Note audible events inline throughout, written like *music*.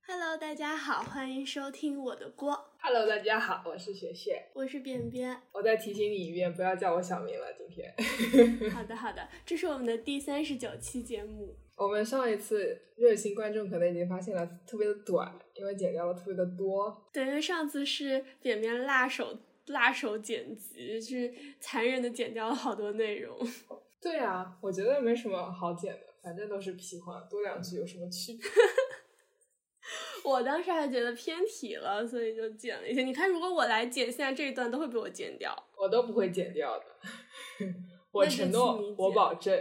Hello，大家好，欢迎收听我的锅， Hello，大家好，我是雪雪。我是便便。我再提醒你一遍，不要叫我小名了。今天 *laughs* 好的，好的，这是我们的第三十九期节目。我们上一次热心观众可能已经发现了，特别的短，因为剪掉了特别的多。对，因为上次是便便辣手辣手剪辑，就是残忍的剪掉了好多内容。对啊，我觉得没什么好剪的，反正都是屁话，多两句有什么区别？ *laughs* 我当时还觉得偏题了，所以就剪了一些。你看，如果我来剪，现在这一段都会被我剪掉。我都不会剪掉的。 *laughs* 我那就请承你诺，剪我保证。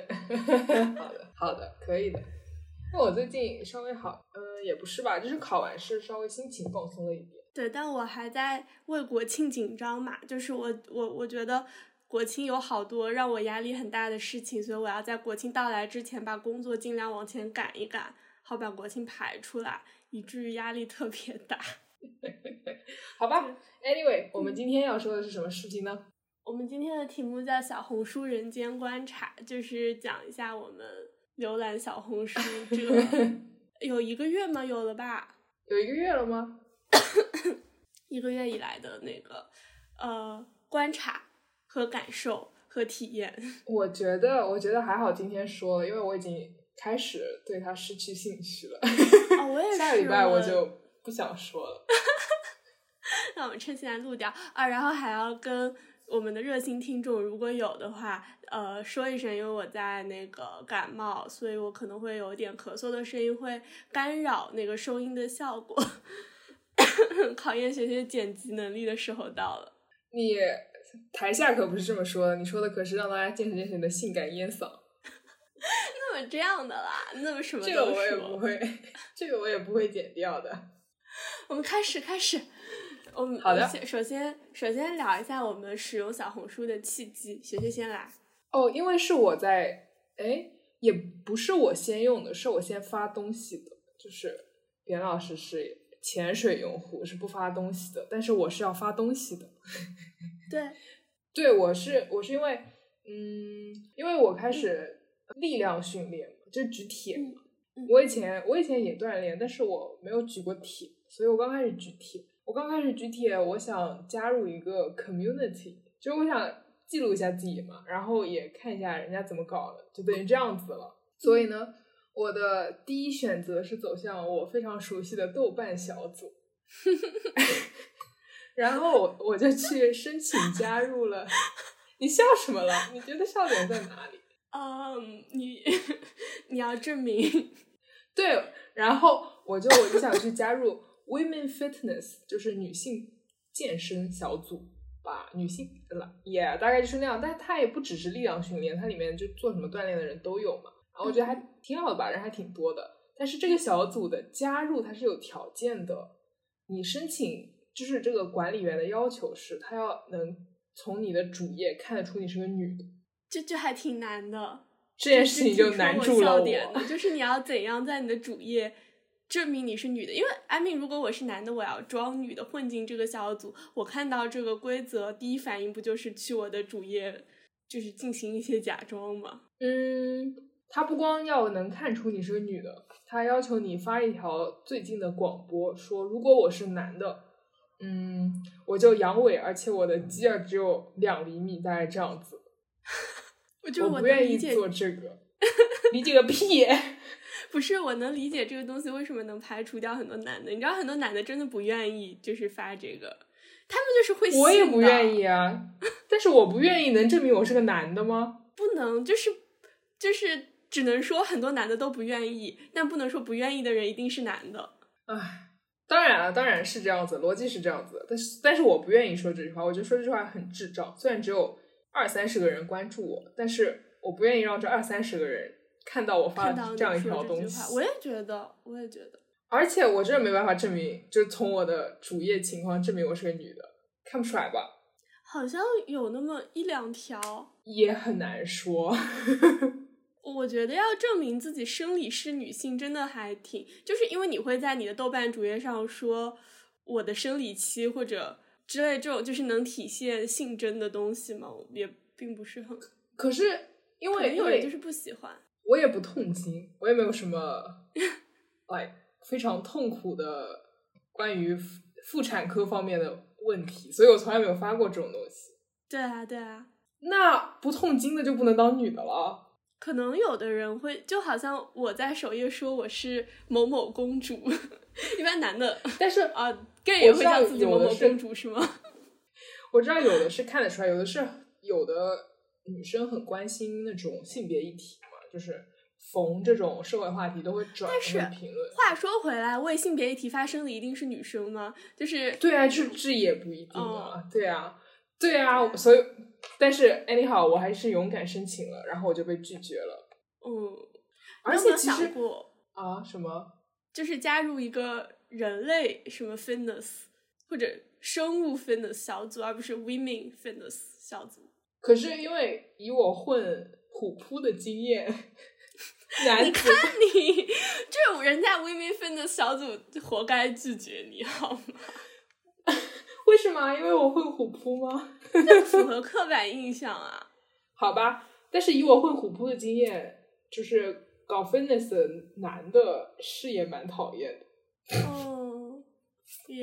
*laughs* 好的，好的，可以的。那我最近稍微好，嗯、也不是吧，就是考完试稍微心情放松了一点。对，但我还在为国庆紧张嘛，就是我我我觉得国庆有好多让我压力很大的事情，所以我要在国庆到来之前把工作尽量往前赶一赶，好把国庆排出来，以至于压力特别大。 *laughs* 好吧，Anyway，我嗯们今天要说的是什么事情呢？我们今天的题目叫《小红书人间观察》，就是讲一下我们浏览小红书这个有一个月吗？有了吧？有一个月了吗？一个月以来的那个呃观察和感受和体验。我觉得，我觉得还好，今天说了，因为我已经开始对它失去兴趣了。哦，我也是。下个礼拜我就不想说了。 *laughs* 那我们趁现在录掉啊，然后还要跟我们的热心听众，如果有的话，呃，说一声，因为我在那个感冒，所以我可能会有点咳嗽的声音，会干扰那个收音的效果。 *laughs* 考验学学剪辑能力的时候到了。你台下可不是这么说的，你说的可是让大家见识见识你的性感烟嗓。那么这样的啦，那么什么这个都我也说。不会， *laughs* 这个我也不会剪掉的。我们开始开始，我们好的先首先首先聊一下我们使用小红书的契机。学学先来。哦，因为是我在，哎，也不是我先用的，是我先发东西的。就是袁老师是潜水用户，是不发东西的，但是我是要发东西的。对，对，我是我是因为，嗯，因为我开始力量训练嘛，就举铁嘛。嗯嗯我以前我以前也锻炼，但是我没有举过铁，所以我刚开始举铁。我刚开始举铁，我想加入一个 community，就是我想记录一下自己嘛，然后也看一下人家怎么搞的，就等于这样子了。所以呢，我的第一选择是走向我非常熟悉的豆瓣小组。然后我我就去申请加入了。 *laughs* 你笑什么了？你觉得笑点在哪里？嗯，你 *laughs* 你要证明，对，然后我就我就想去加入 Women Fitness，就是女性健身小组吧，女性了也、大概就是那样，但它也不只是力量训练，它里面就做什么锻炼的人都有嘛。然后我觉得嗯还挺好的吧，人还挺多的。但是这个小组的加入它是有条件的，你申请就是这个管理员的要求是，他要能从你的主页看得出你是个女的。这这还挺难的。这件事情就难住了我。点的就是你要怎样在你的主页证明你是女的？因为 I mean，如果我是男的，我要装女的混进这个小组，我看到这个规则，第一反应不就是去我的主页，就是进行一些假装吗？嗯，他不光要能看出你是个女的，他要求你发一条最近的广播，说如果我是男的，嗯，我就阳痿，而且我的鸡儿只有两厘米，大概这样子。我就是我不能愿意理解，做 *laughs* 这个，理解个屁！不是我能理解这个东西为什么能排除掉很多男的。你知道很多男的真的不愿意，就是发这个，他们就是会我也信不的愿意啊，但是我不愿意能证明我是个男的吗？不能，就是就是只能说很多男的都不愿意，但不能说不愿意的人一定是男的。唉，当然啊了，当然是这样子，逻辑是这样子的，但是但是我不愿意说这句话，我觉得说这句话很智障。虽然只有二三十个人关注我，但是我不愿意让这二三十个人看到我发看到了你啊这样一条说这东句西话，。我也觉得，我也觉得，而且我真的没办法证明，就是从我的主页情况证明我是个女的，看不出来吧？好像有那么一两条。也很难说。 *laughs* 我觉得要证明自己生理是女性，真的还挺，就是因为你会在你的豆瓣主页上说我的生理期或者之类这种，就是能体现性征的东西嘛，我也并不是很，可是因可为能因有人就为是不喜欢。我也不痛经，我也没有什么 like 非常痛苦的关于妇妇产科方面的问题，所以我从来没有发过这种东西。对啊，对啊，那不痛经的就不能当女的了？啊可能有的人会，就好像我在首页说我是某某公主，一般男的但是 *laughs* 啊 gay 也我会知道叫自己有某的某是公主是吗？ *laughs* 我知道有的是看得出来，有的是有的女生很关心那种性别议题嘛，就是逢这种社会话题都会转但是那个评论。话说回来，为性别议题发声的一定是女生吗？就是对啊，这这也不一定啊，嗯对啊，对啊，所以但是 anyhow 我还是勇敢申请了，然后我就被拒绝了。嗯，而你有没且有其实想过，啊，什么就是加入一个人类什么 fitness 或者生物 fitness 小组，而不是 women fitness 小组。可是因为以我混虎扑的经验，男子你这种人家 women fitness 小组活该拒绝你好吗？ *laughs* 为什么啊？因为我混虎扑吗？符合刻板印象啊。好吧，但是以我混虎扑的经验，就是搞 fitness 的男的是也蛮讨厌的。哦，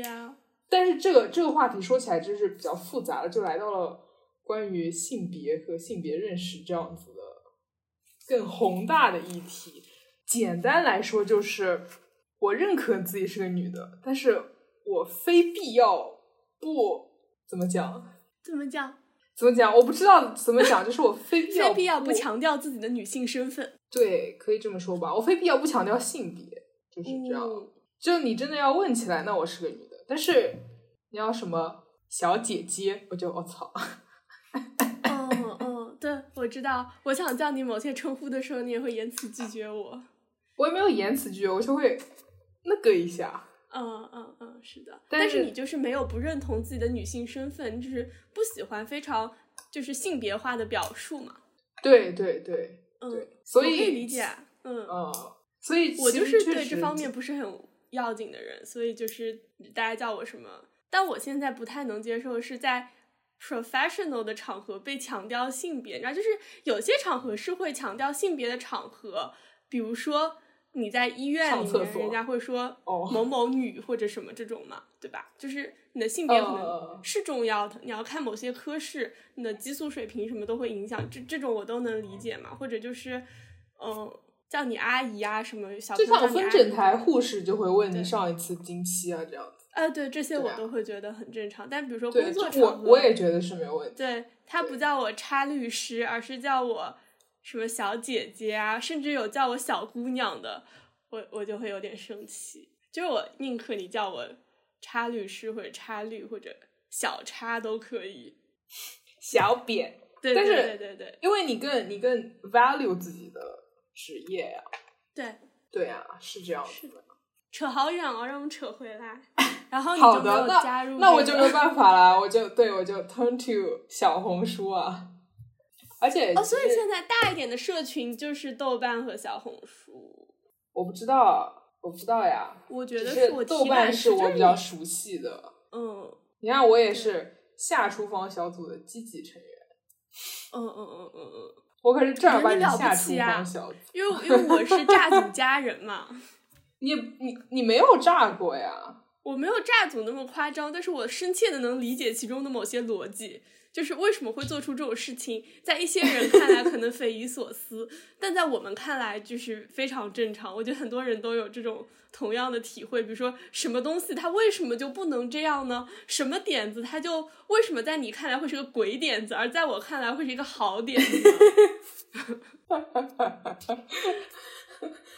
呀，但是这个这个话题说起来真是比较复杂了，就来到了关于性别和性别认识这样子的更宏大的议题。简单来说，就是我认可自己是个女的，但是我非必要不怎么讲，怎么讲？怎么讲，我不知道怎么讲，就是我非必要 *laughs* 非必要不强调自己的女性身份。对，可以这么说吧，我非必要不强调性别，就是这样。嗯就你真的要问起来，那我是个女的，但是你要什么小姐姐，我就我操，嗯嗯，对，我知道。我想叫你某些称呼的时候，你也会言辞拒绝我。我也没有言辞拒绝，我就会那个一下。嗯嗯嗯，是的。但但是你就是没有不认同自己的女性身份，就是不喜欢非常就是性别化的表述嘛。对对对嗯，对，所我可以以理解。嗯，呃，所以我其就实是对确这实方面不是很要紧的人，所以就是大家叫我什么，但我现在不太能接受是在 professional 的场合被强调性别，然后就是有些场合是会强调性别的场合，比如说你在医院上里厕面，所人家会说哦某某女或者什么这种嘛，对吧？就是你的性别可呃能是重要的，你要看某些科室，你的激素水平什么都会影响，这这种我都能理解嘛，或者就是嗯。叫你阿姨啊，什么小朋就友叫像你分阿诊姨台护士就会问对你上一次经期啊这样子。啊，对这些对我啊都会觉得很正常。但比如说对，工作这场我合，我也觉得是没有问题。对他不叫我差律师，而是叫我什么小姐姐啊，甚至有叫我小姑娘的，我我就会有点生气。就是我宁可你叫我差律师或者差律或者小差都可以。小扁。对，但对是对对对因为你更你更 value 自己的职业呀、对，对啊，是这样子的。扯好远哦，让我们扯回来。然后你好就没的，有加那入、那我就没办法啦，我就对我就 turn to 小红书啊，而且哦，所以其实现在大一点的社群就是豆瓣和小红书。我不知道，我不知道呀，我觉只得是是我豆体瓣感是是我就比是较你熟悉的。嗯你看，我也是下厨房小组的积极成员，嗯嗯嗯嗯嗯，我可是正儿八经你了不下厨起啊房小组。因为因为我是炸组家人嘛，你也你你没有炸过呀？我没有炸组那么夸张，但是我深切的能理解其中的某些逻辑，就是为什么会做出这种事情，在一些人看来可能匪夷所思，但在我们看来就是非常正常。我觉得很多人都有这种同样的体会，比如说什么东西它为什么就不能这样呢？什么点子它就为什么在你看来会是个鬼点子，而在我看来会是一个好点子呢？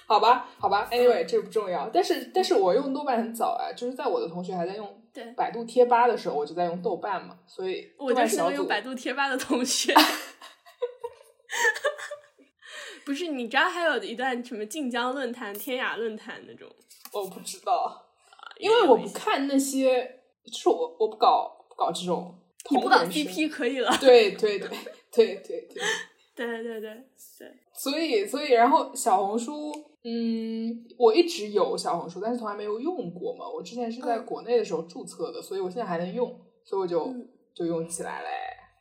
好吧，好吧，anyway，这不嗯重要。但是，但是我用豆瓣很早啊，就是在我的同学还在用对百度贴吧的时候，我就在用豆瓣嘛，所以我就豆瓣是那小个用组百度贴吧的同 *laughs* 学。不是，你知道还有一段什么晋江论坛、天涯论坛那种，我不知道，也因为有我一不些看那些，就是我我不搞不搞这种你同不搞人生 CP 可以了。 *laughs* 对对 *laughs* 对对对对，对对对对对，所以所以然后小红书，嗯，我一直有小红书，但是从来没有用过嘛。我之前是在嗯国内的时候注册的，所以我现在还能用，所以我就、嗯就用起来嘞。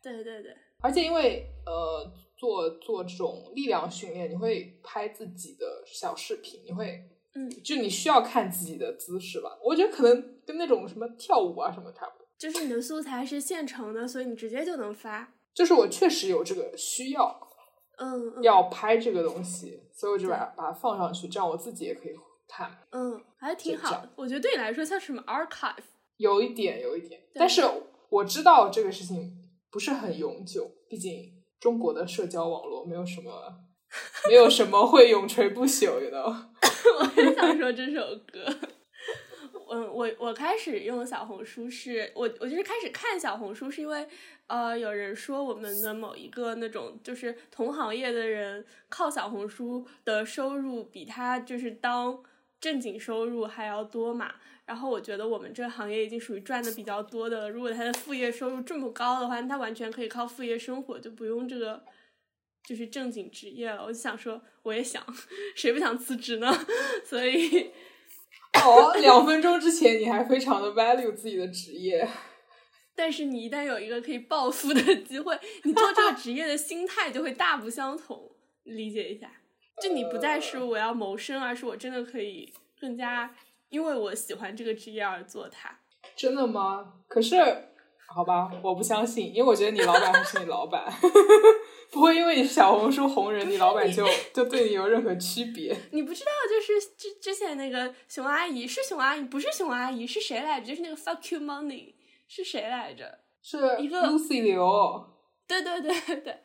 对对对，而且因为呃做做这种力量训练，你会拍自己的小视频，你会嗯，就你需要看自己的姿势吧。我觉得可能跟那种什么跳舞啊什么差不多。就是你的素材是现成的，所以你直接就能发。就是我确实有这个需要，嗯嗯要拍这个东西，所以我就把把它放上去，这样我自己也可以看。嗯，还挺就这好样的。我觉得对你来说像什么 archive，有一点，有一点，对但是我知道这个事情不是很永久，毕竟中国的社交网络没有什么，没有什么会永垂不朽，you know。 *laughs* 我很想说这首歌。嗯，我我开始用小红书是，我我就是开始看小红书是因为，呃，有人说我们的某一个那种就是同行业的人靠小红书的收入比他就是当正经收入还要多嘛。然后我觉得我们这个行业已经属于赚的比较多的了，如果他的副业收入这么高的话，那他完全可以靠副业生活，就不用这个就是正经职业了。我就想说，我也想，谁不想辞职呢？所以哦，两分钟之前你还非常的 value 自己的职业，但是你一旦有一个可以暴富的机会，你做这个职业的心态就会大不相同。理解一下，就你不再是我要谋生，而是我真的可以更加因为我喜欢这个职业而做它。真的吗？可是，好吧，我不相信，因为我觉得你老板还是你老板， *laughs* 不会因为你是小红书红人，你老板就就对你有任何区别。你不知道，就是之之前那个熊阿姨是熊阿姨，不是熊阿姨是谁来着？就是那个 fuck you money 是谁来着？是一个 Lucy 刘，对对对对对，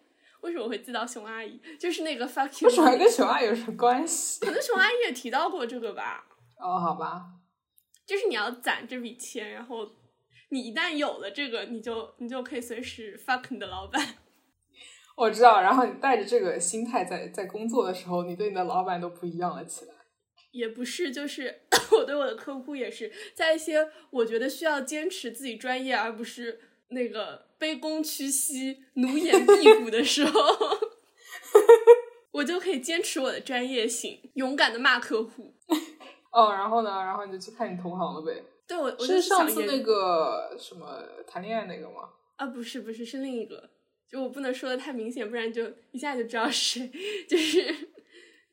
为什么我会记到熊阿姨？就是那个 fuck you 为什么还 money，跟熊二有什么关系？ *laughs* 可能熊阿姨也提到过这个吧。哦，好吧，就是你要攒这笔钱，然后你一旦有了这个，你就你就可以随时 fuck 你的老板。 *laughs* 我知道。然后你带着这个心态在在工作的时候，你对你的老板都不一样了起来。也不是，就是 *coughs* 我对我的客户也是，在一些我觉得需要坚持自己专业，而不是那个卑躬屈膝、奴 *laughs* 颜婢骨的时候，我就可以坚持我的专业性，勇敢的骂客户。哦，然后呢？然后你就去看你同行了呗。对我，我就是上想次研那个什么谈恋爱那个吗？啊，不是不是，是另一个。就我不能说的太明显，不然就一下就知道是谁，就是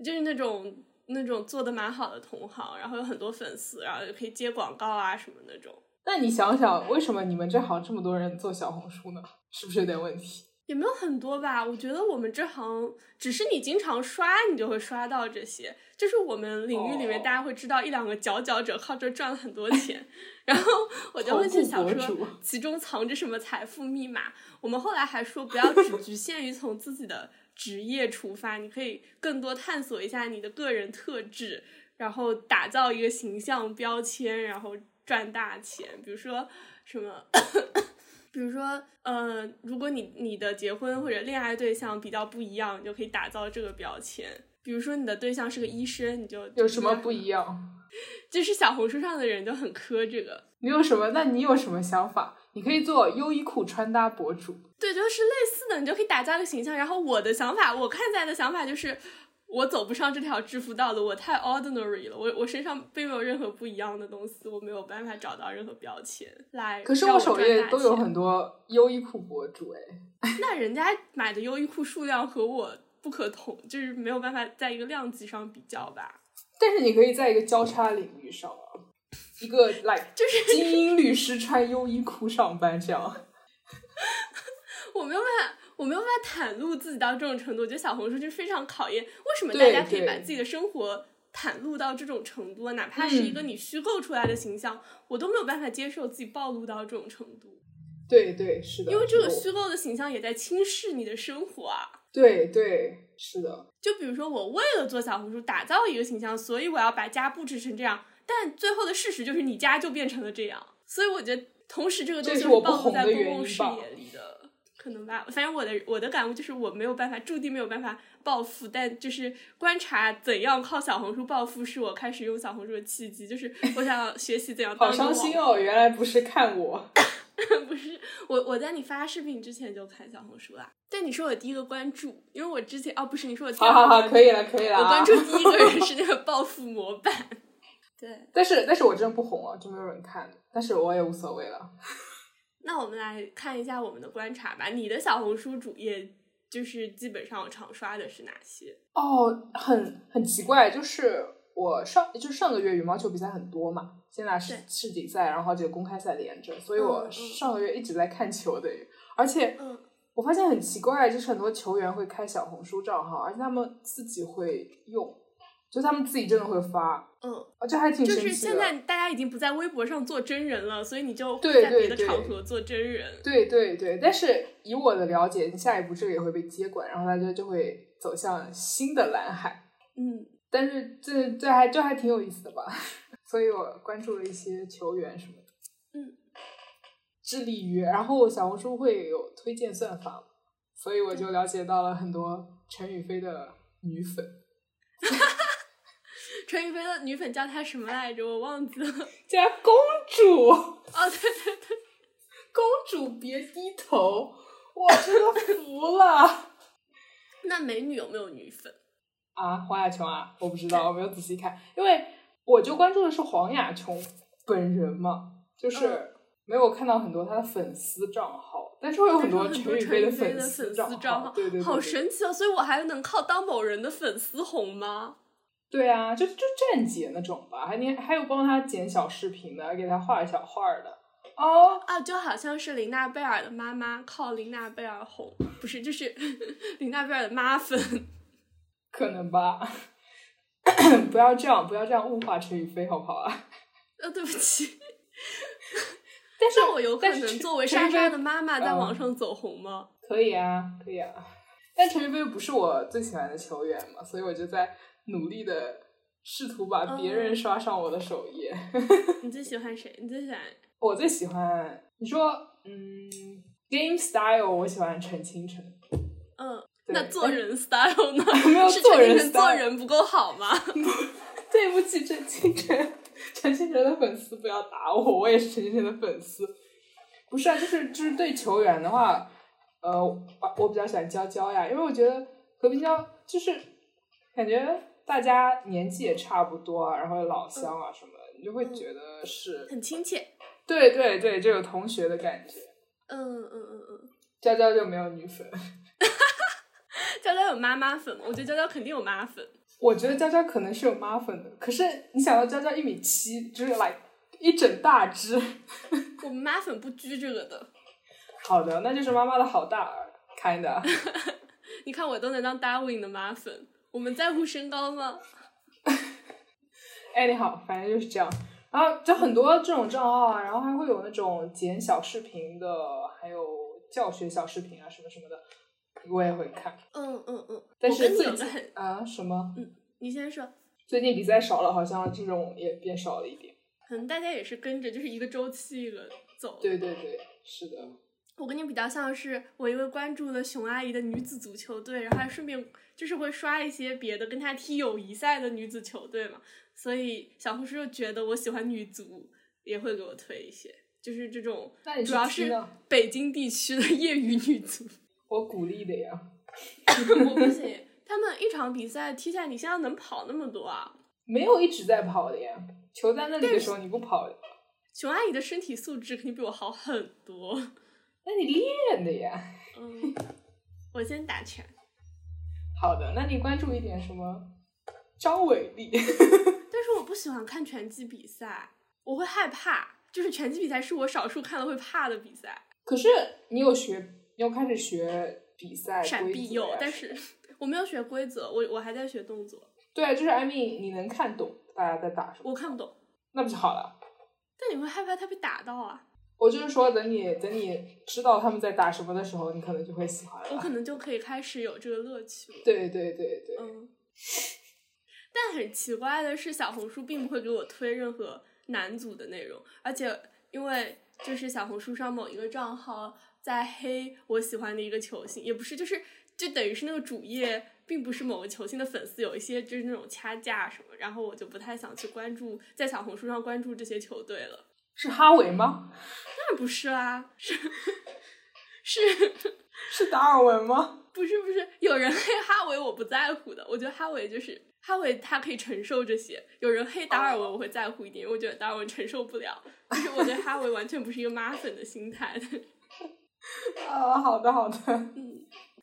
就是那种那种做的蛮好的同行，然后有很多粉丝，然后也可以接广告啊什么那种，那你想想，为什么你们这行这么多人做小红书呢？是不是有点问题？也没有很多吧。我觉得我们这行，只是你经常刷，你就会刷到这些。就是我们领域里面，哦大家会知道一两个佼佼者靠这赚了很多钱， *laughs* 然后我就头会去部想博说主，其中藏着什么财富密码。我们后来还说，不要只 *laughs* 局限于从自己的职业出发，你可以更多探索一下你的个人特质，然后打造一个形象标签，然后赚大钱。比如说什么， *coughs* 比如说，呃，如果你你的结婚或者恋爱对象比较不一样，你就可以打造这个标签。比如说你的对象是个医生，你就有什么不一样？就是小红书上的人就很磕这个。你有什么？那你有什么想法？你可以做优衣库穿搭博主。对，就是类似的，你就可以打造一个形象。然后我的想法，我看待的想法就是，我走不上这条致富道路，我太 ordinary 了，我我身上并没有任何不一样的东西，我没有办法找到任何标签来。可是我首赚页大都有钱很多优衣库博主哎。那人家买的优衣库数量和我不可同，就是没有办法在一个量级上比较吧。但是你可以在一个交叉领域上啊，一个 *laughs* like 就是精英律师穿优衣库上班这样。我没有办法，我没有办法袒露自己到这种程度。我觉得小红书就是非常考验，为什么大对家可以对把自己的生活袒露到这种程度啊？哪怕是一嗯个你虚构出来的形象，我都没有办法接受自己暴露到这种程度， *laughs* 对对是的，因为这个我虚构的形象也在轻视你的生活啊。对对是的，就比如说，我为了做小红书打造一个形象，所以我要把家布置成这样，但最后的事实就是你家就变成了这样。所以我觉得，同时这个东这西是是我不暴露红在的公原共因视吧野里的，可能吧。反正我的我的感悟就是，我没有办法，注定没有办法暴富。但就是观察怎样靠小红书暴富，是我开始用小红书的契机。就是我想学习怎样当好一个伤网心红。哦！原来不是看我。不是我，我在你发视频之前就看小红书啦。对，你说我第一个关注，因为我之前哦，不是你说我第 *laughs* 好二个好关好， *laughs* 注。可以了，可以了、啊。 *laughs* 我关注第一个人是那个暴富模板。 *laughs* 对，但是但是我真的不红啊，就没有人看，但是我也无所谓了。那我们来看一下我们的观察吧。你的小红书主页就是基本上常刷的是哪些？哦，很很奇怪，就是我上就是上个月羽毛球比赛很多嘛，先打世对世锦赛，然后好几个公开赛连着，所以嗯我嗯上个月一直在看球的，而且嗯我发现很奇怪，就是很多球员会开小红书账号，而且他们自己会用，就他们自己真的会发，嗯，啊，这还挺就神奇的。是现在大家已经不在微博上做真人了，所以你就会对在对别的对场合做真人。对对对，但是以我的了解，下一步这个也会被接管，然后大家就会走向新的蓝海。嗯，但是这这还这还挺有意思的吧？ *laughs* 所以我关注了一些球员什么的，嗯，致力于，然后小红书会有推荐算法嘛，所以我就了解到了很多陈宇飞的女粉，陈宇飞的女粉叫她什么来着？我忘记了。 *laughs* 加公主，哦，对对对，公主别低头，我真的服了那美女有没有女粉？啊！黄雅琼啊，我不知道，我没有仔细看，因为我就关注的是黄雅琼本人嘛，就是嗯没有看到很多她的粉丝账号，但是会有但是多有很陈多宇陈飞宇的飞的丝粉账丝账号对对对，好对神奇哦！所以我还能靠当某人的粉丝红吗？对啊，就就站姐那种吧，还你还有帮她剪小视频的，给她画小画儿的哦，啊，就好像是琳娜贝尔的妈妈靠琳娜贝尔红，不是，就是 *laughs* 琳娜贝尔的妈粉。可能吧。 *coughs* 不要这样，不要这样物化陈宇飞，好不好啊？呃，对不起， *laughs* 但是那我有可但是能陈作为陈莎宇莎飞的妈妈在嗯网上走红吗？可以啊，可以啊。但陈宇飞不是我最喜欢的球员嘛，所以我就在努力的试图把别人嗯刷上我的首页。 *laughs* 你最喜欢谁？你最喜欢？我最喜欢你说，嗯，game style，我喜欢陈清晨。嗯，对那做人 style 呢？ *laughs* 没有是做陈人奕迅做 style 人不够好吗？ *laughs* *laughs* 对不起，陈清晨，陈清晨的粉丝不要打我，我也是陈清晨的粉丝。不是啊，就是就是对球员的话，呃，我我比较喜欢娇娇呀，因为我觉得何冰娇就是感觉大家年纪也差不多啊，然后老乡啊什么的，你就会觉得是很亲切。对对对，就有同学的感觉。嗯嗯嗯嗯，娇娇就没有女粉，娇娇有妈妈粉吗？我觉得娇娇肯定有妈粉。我觉得娇娇可能是有妈粉的，可是你想到娇娇一米七，就是来一整大只。我们妈粉不拘这个的。好的，那就是妈妈的好大儿，kind of。你看我都能当 Darwin 的妈粉，我们在乎身高吗？哎，你好，反正就是这样。然后就很多这种账号啊，然后还会有那种剪小视频的，还有教学小视频啊，什么什么的，我也会看。嗯嗯嗯。但我是跟你最有个近很，啊，什么？你先说，最近比赛少了，好像这种也变少了一点。可能大家也是跟着就是一个周期一个走。对对对，是的。我跟你比较像是我因为关注了熊阿姨的女子足球队，然后还顺便就是会刷一些别的跟她踢友谊赛的女子球队嘛，所以小红书就觉得我喜欢女足，也会给我推一些，就是这种那你主要是踢呢？ *laughs* 北京地区的业余女 *laughs* 足。我鼓励的呀。我不行，他们一场比赛踢下，你现在能跑那么多啊？没有一直在跑的呀，球在那里的时候你不跑，熊阿姨的身体素质肯定比我好很多。那你练的呀。嗯， *laughs* 我先打拳。好的，那你关注一点什么？张伟丽。但是我不喜欢看拳击比赛，我会害怕。就是拳击比赛是我少数看了会怕的比赛，可是你有学，你有开始学比赛闪哎规避则有呀，但是 *laughs* 我没有学规则，我我还在学动作，对，就是 I mean，你能看懂大家在打什么，我看不懂。那不就好了？但你会害怕他被打到啊？我就是说，等你等你知道他们在打什么的时候，你可能就会喜欢我了。可能就可以开始有这个乐趣了。对对对对，嗯， *laughs* 但很奇怪的是，小红书并不会给我推任何男组的内容，而且因为就是小红书上某一个账号在黑我喜欢的一个球星，也不是，就是就等于是那个主页并不是某个球星的粉丝，有一些就是那种掐架什么，然后我就不太想去关注在小红书上关注这些球队了。是哈维吗？当然不是啦，是是。是达尔文吗？不是不是，有人黑哈维我不在乎的，我觉得哈维就是哈维，他可以承受这些。有人黑达尔文我会在乎一点，因为我觉得达尔文承受不了。就是我觉得哈维完全不是一个妈粉的心态。 *laughs* 啊，好的好的，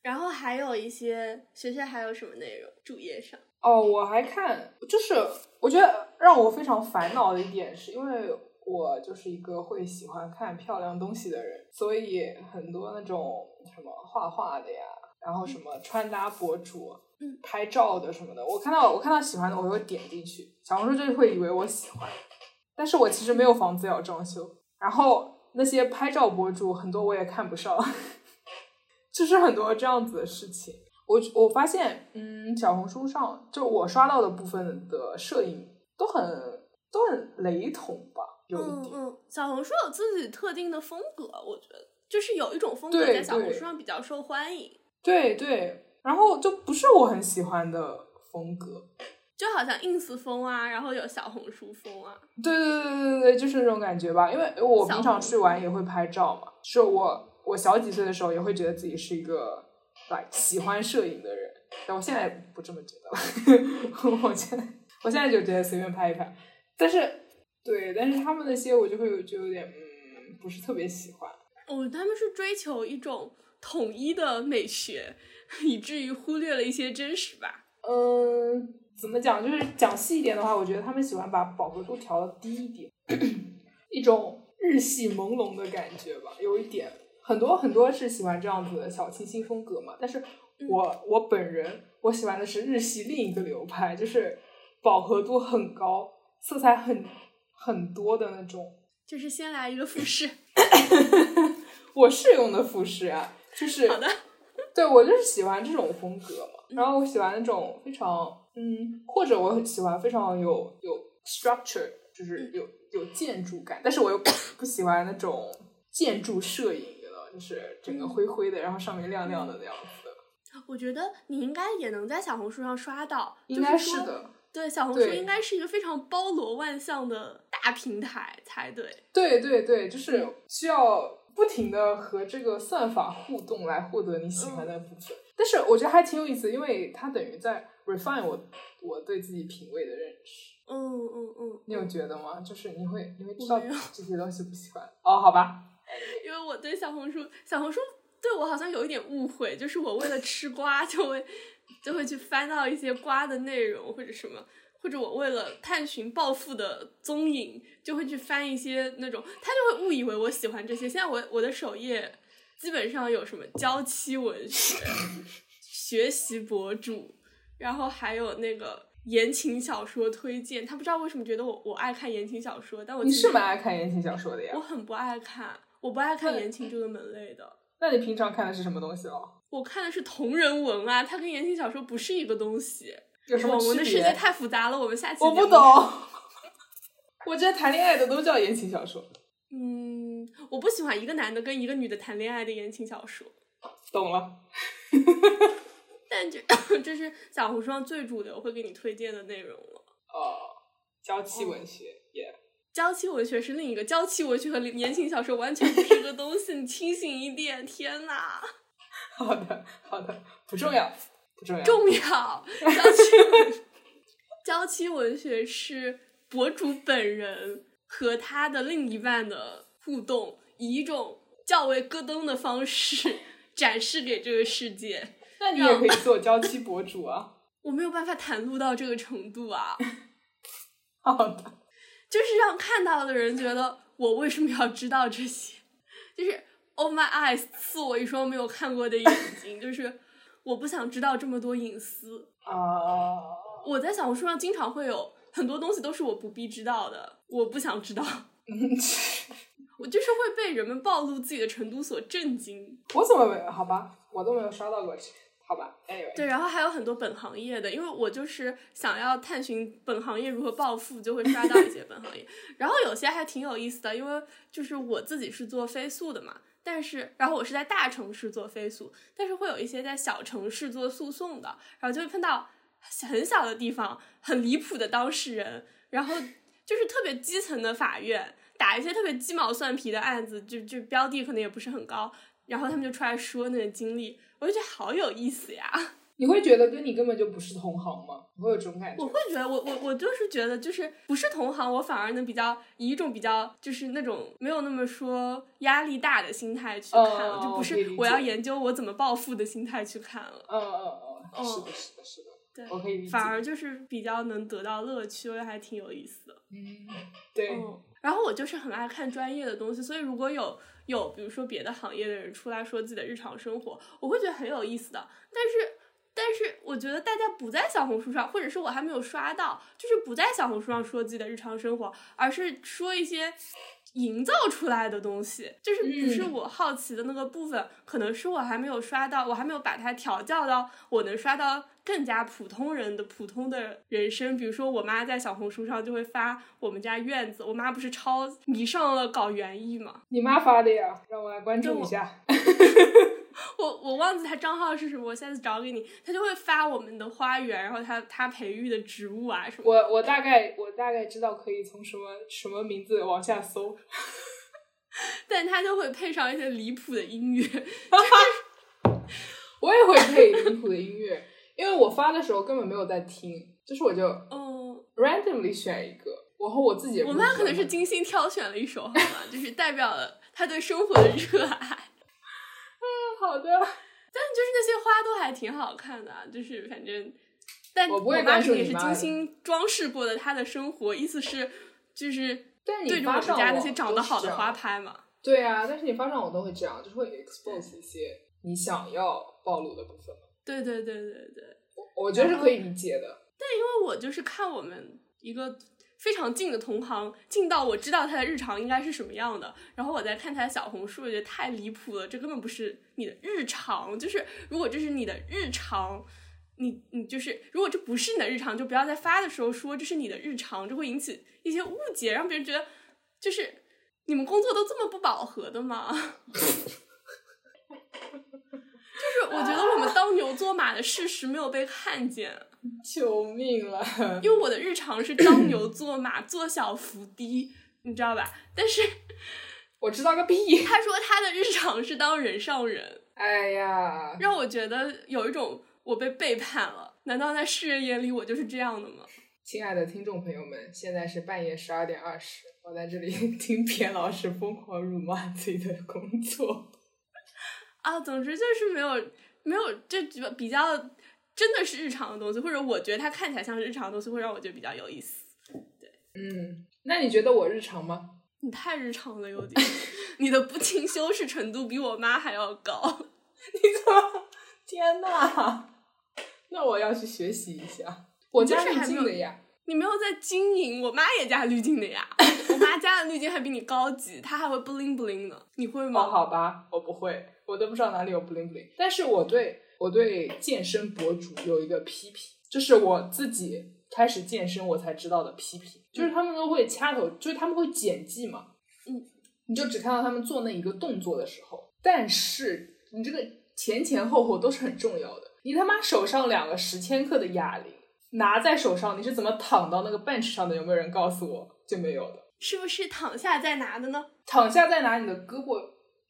然后还有一些学校还有什么内容？主页上哦，我还看，就是我觉得让我非常烦恼的一点，是因为我就是一个会喜欢看漂亮东西的人，所以很多那种什么画画的呀，然后什么穿搭博主嗯、拍照的什么的，我看到我看到喜欢的，我会点进去，小红书就是会以为我喜欢，但是我其实没有房子要装修，然后那些拍照博主很多我也看不上， *laughs* 就是很多这样子的事情。我我发现，嗯，小红书上就我刷到的部分的摄影都很都很雷同吧，有一嗯点。嗯，小红书有自己特定的风格，我觉得就是有一种风格对在小红对书上比较受欢迎，对对，然后就不是我很喜欢的风格。就好像 ins 风啊，然后有小红书风啊，对对对对对，就是这种感觉吧。因为我平小常红去玩也会拍照嘛，是我我小几岁的时候也会觉得自己是一个 like 喜欢摄影的人，但我现在不这么觉得了。我 *laughs* 现在我现在就觉得随便拍一拍，但是对，但是他们那些我就会有就有点嗯不是特别喜欢。哦，他们是追求一种统一的美学， *laughs* 以至于忽略了一些真实吧。嗯，怎么讲？就是讲细一点的话，我觉得他们喜欢把饱和度调的低一点，一种日系朦胧的感觉吧，有一点。很多很多是喜欢这样子的小清新风格嘛，但是我、我本人我喜欢的是日系另一个流派，就是饱和度很高、色彩很很多的那种。就是先来一个复试， *laughs* 我是用的服饰啊，就是好的，嗯对我就是喜欢这种风格嘛，然后我喜欢那种非常嗯，或者我喜欢非常有有 structure，就是嗯有有建筑感，但是我又不喜欢那种建筑摄影，你知道吗就是整个嗯灰灰的，然后上面亮亮的那样子的，我觉得你应该也能在小红书上刷到，应该就是说。的。对，小红书对应该是一个非常包罗万象的大平台才对。对对对，就是需要不停的和这个算法互动来获得你喜欢的嗯部分。但是我觉得还挺有意思，因为它等于在 refine 我我对自己品味的认识。嗯嗯嗯，你有觉得吗？就是你会你会知我道没有这些东西不喜欢哦，好吧，因为我对小红书，小红书对我好像有一点误会，就是我为了吃瓜就会就会去翻到一些瓜的内容或者什么，或者我为了探寻暴富的踪影，就会去翻一些那种，他就会误以为我喜欢这些。现在我我的首页基本上有什么娇妻文 *laughs* 学、学习博主，然后还有那个。言情小说推荐，他不知道为什么觉得我我爱看言情小说，但我你其是实蛮爱看言情小说的呀我。很不爱看，我不爱看那言情这个门类的。那你平常看的是什么东西哦？我看的是同人文啊，它跟言情小说不是一个东西。有什么网文区的世别？界太复杂了，我们下期我节不目懂。 *laughs* 我觉得谈恋爱的都叫言情小说，嗯，我不喜欢一个男的跟一个女的谈恋爱的言情小说，懂了。但这 *laughs* 这是小红书上最主流会给你推荐的内容了。哦，娇妻文学哦耶。娇妻文学是另一个，娇妻文学和言情小说完全不是一个东西，你清醒一点！天哪， *laughs* 好的，好的，不重要，*laughs* 不重要。重要！娇妻文娇妻文学是博主本人和他的另一半的互动，以一种较为咯噔的方式展示给这个世界。那你也可以做娇妻博主啊。我没有办法袒露到这个程度啊，好 *laughs* 的，就是让看到的人觉得我为什么要知道这些，就是 Oh my eyes，赐我一双没有看过的眼睛，就是我不想知道这么多隐私。啊，我在小红书上经常会有很多东西都是我不必知道的，我不想知道，嗯，我就是会被人们暴露自己的程度所震惊。我怎么没有？好吧，我都没有刷到过这。好吧，anyway，对，然后还有很多本行业的，因为我就是想要探寻本行业如何暴富，就会刷到一些本行业， *laughs* 然后有些还挺有意思的，因为就是我自己是做飞速的嘛。但是，然后我是在大城市做飞速，但是会有一些在小城市做诉讼的，然后就会碰到很小的地方很离谱的当事人，然后就是特别基层的法院打一些特别鸡毛蒜皮的案子，就就标的可能也不是很高，然后他们就出来说那个经历，我就觉得好有意思呀。你会觉得跟你根本就不是同行吗？你会有这种感觉我吗？会觉得，我我我就是觉得，就是不是同行，我反而能比较以一种比较就是那种没有那么说压力大的心态去看了，哦就不我可以是理我要解研究我怎么暴富的心态去看了。嗯嗯嗯，嗯是的，是的，是的。对，我可以理解反而就是比较能得到乐趣，我觉得还挺有意思的。嗯，对，嗯，然后我就是很爱看专业的东西，所以如果有有比如说别的行业的人出来说自己的日常生活，我会觉得很有意思的。但是，但是我觉得大家不在小红书上，或者是我还没有刷到，就是不在小红书上说自己的日常生活，而是说一些。营造出来的东西，就是不是嗯我好奇的那个部分，可能是我还没有刷到，我还没有把它调教到我能刷到更加普通人的普通的人生。比如说，我妈在小红书上就会发我们家院子，我妈不是超迷上了搞园艺嘛，你妈发的呀，让我来关注一下。我我忘记她账号是什么，我下次找给你。她就会发我们的花园，然后她她培育的植物啊什么。我我大概我大概知道可以从什么什么名字往下搜。 *laughs* 但她就会配上一些离谱的音乐，我也会配离谱的音乐，因为我发的时候根本没有在听，就是我就嗯， randomly 选一个，然后我自己也不我知妈道可能是精心挑选了一首，好吗？就是代表了她对生活的热爱。好的，但就是那些花都还挺好看的、啊，就是反正，但我不会妈干涉肯定也你是妈精的心装饰过的她的生活，意思是就是但你对着我发们上家那网些长都得是好这的样花拍嘛。对啊，但是你发上我都会这样，就是会 expose 一些你想要暴露的部分。对对对对对，因我我觉得是可以理解的。为我就是看我们一个非常近的同行，近到我知道他的日常应该是什么样的，然后我再看他的小红书，我觉得太离谱了，这根本不是你的日常，就是如果这是你的日常。你你就是，如果这不是你的日常，就不要在发的时候说这是你的日常，这会引起一些误解，让别人觉得就是你们工作都这么不饱和的吗？就是我觉得我们当牛做马的事实没有被看见，救命了！因为我的日常是当牛做马，做小伏低，你知道吧？但是 *laughs* 我知道个屁！他说他的日常是当人上人，哎呀，让我觉得有一种我被背叛了。难道在世人眼里我就是这样的吗？亲爱的听众朋友们，现在是半夜十二点二十，我在这里听扁老师疯狂辱骂自己的工作。 *laughs* 啊，总之就是没有没有这比较真的是日常的东西，或者我觉得它看起来像是日常的东西，会让我觉得比较有意思。嗯，那你觉得我日常吗？你太日常了，有点， *laughs* 你的不清修饰程度比我妈还要高。你怎么？天呐！那我要去学习一下。我家你就是是还没有近的呀，你没有在经营，我妈也加滤镜的呀。 *laughs* 我妈加的滤镜还比你高级，她还会 bling bling 呢。你会吗？哦，好吧，我不会，我都不知道哪里有 bling bling。但是我对我对健身博主有一个批评，就是我自己开始健身我才知道的批评，就是他们都会掐头，就是他们会剪辑嘛，嗯，你就只看到他们做那一个动作的时候，但是你这个前前后后都是很重要的。你他妈手上两个十千克的哑铃拿在手上，你是怎么躺到那个 bench 上的？有没有人告诉我？就没有的。是不是躺下再拿的呢？躺下再拿你的胳膊，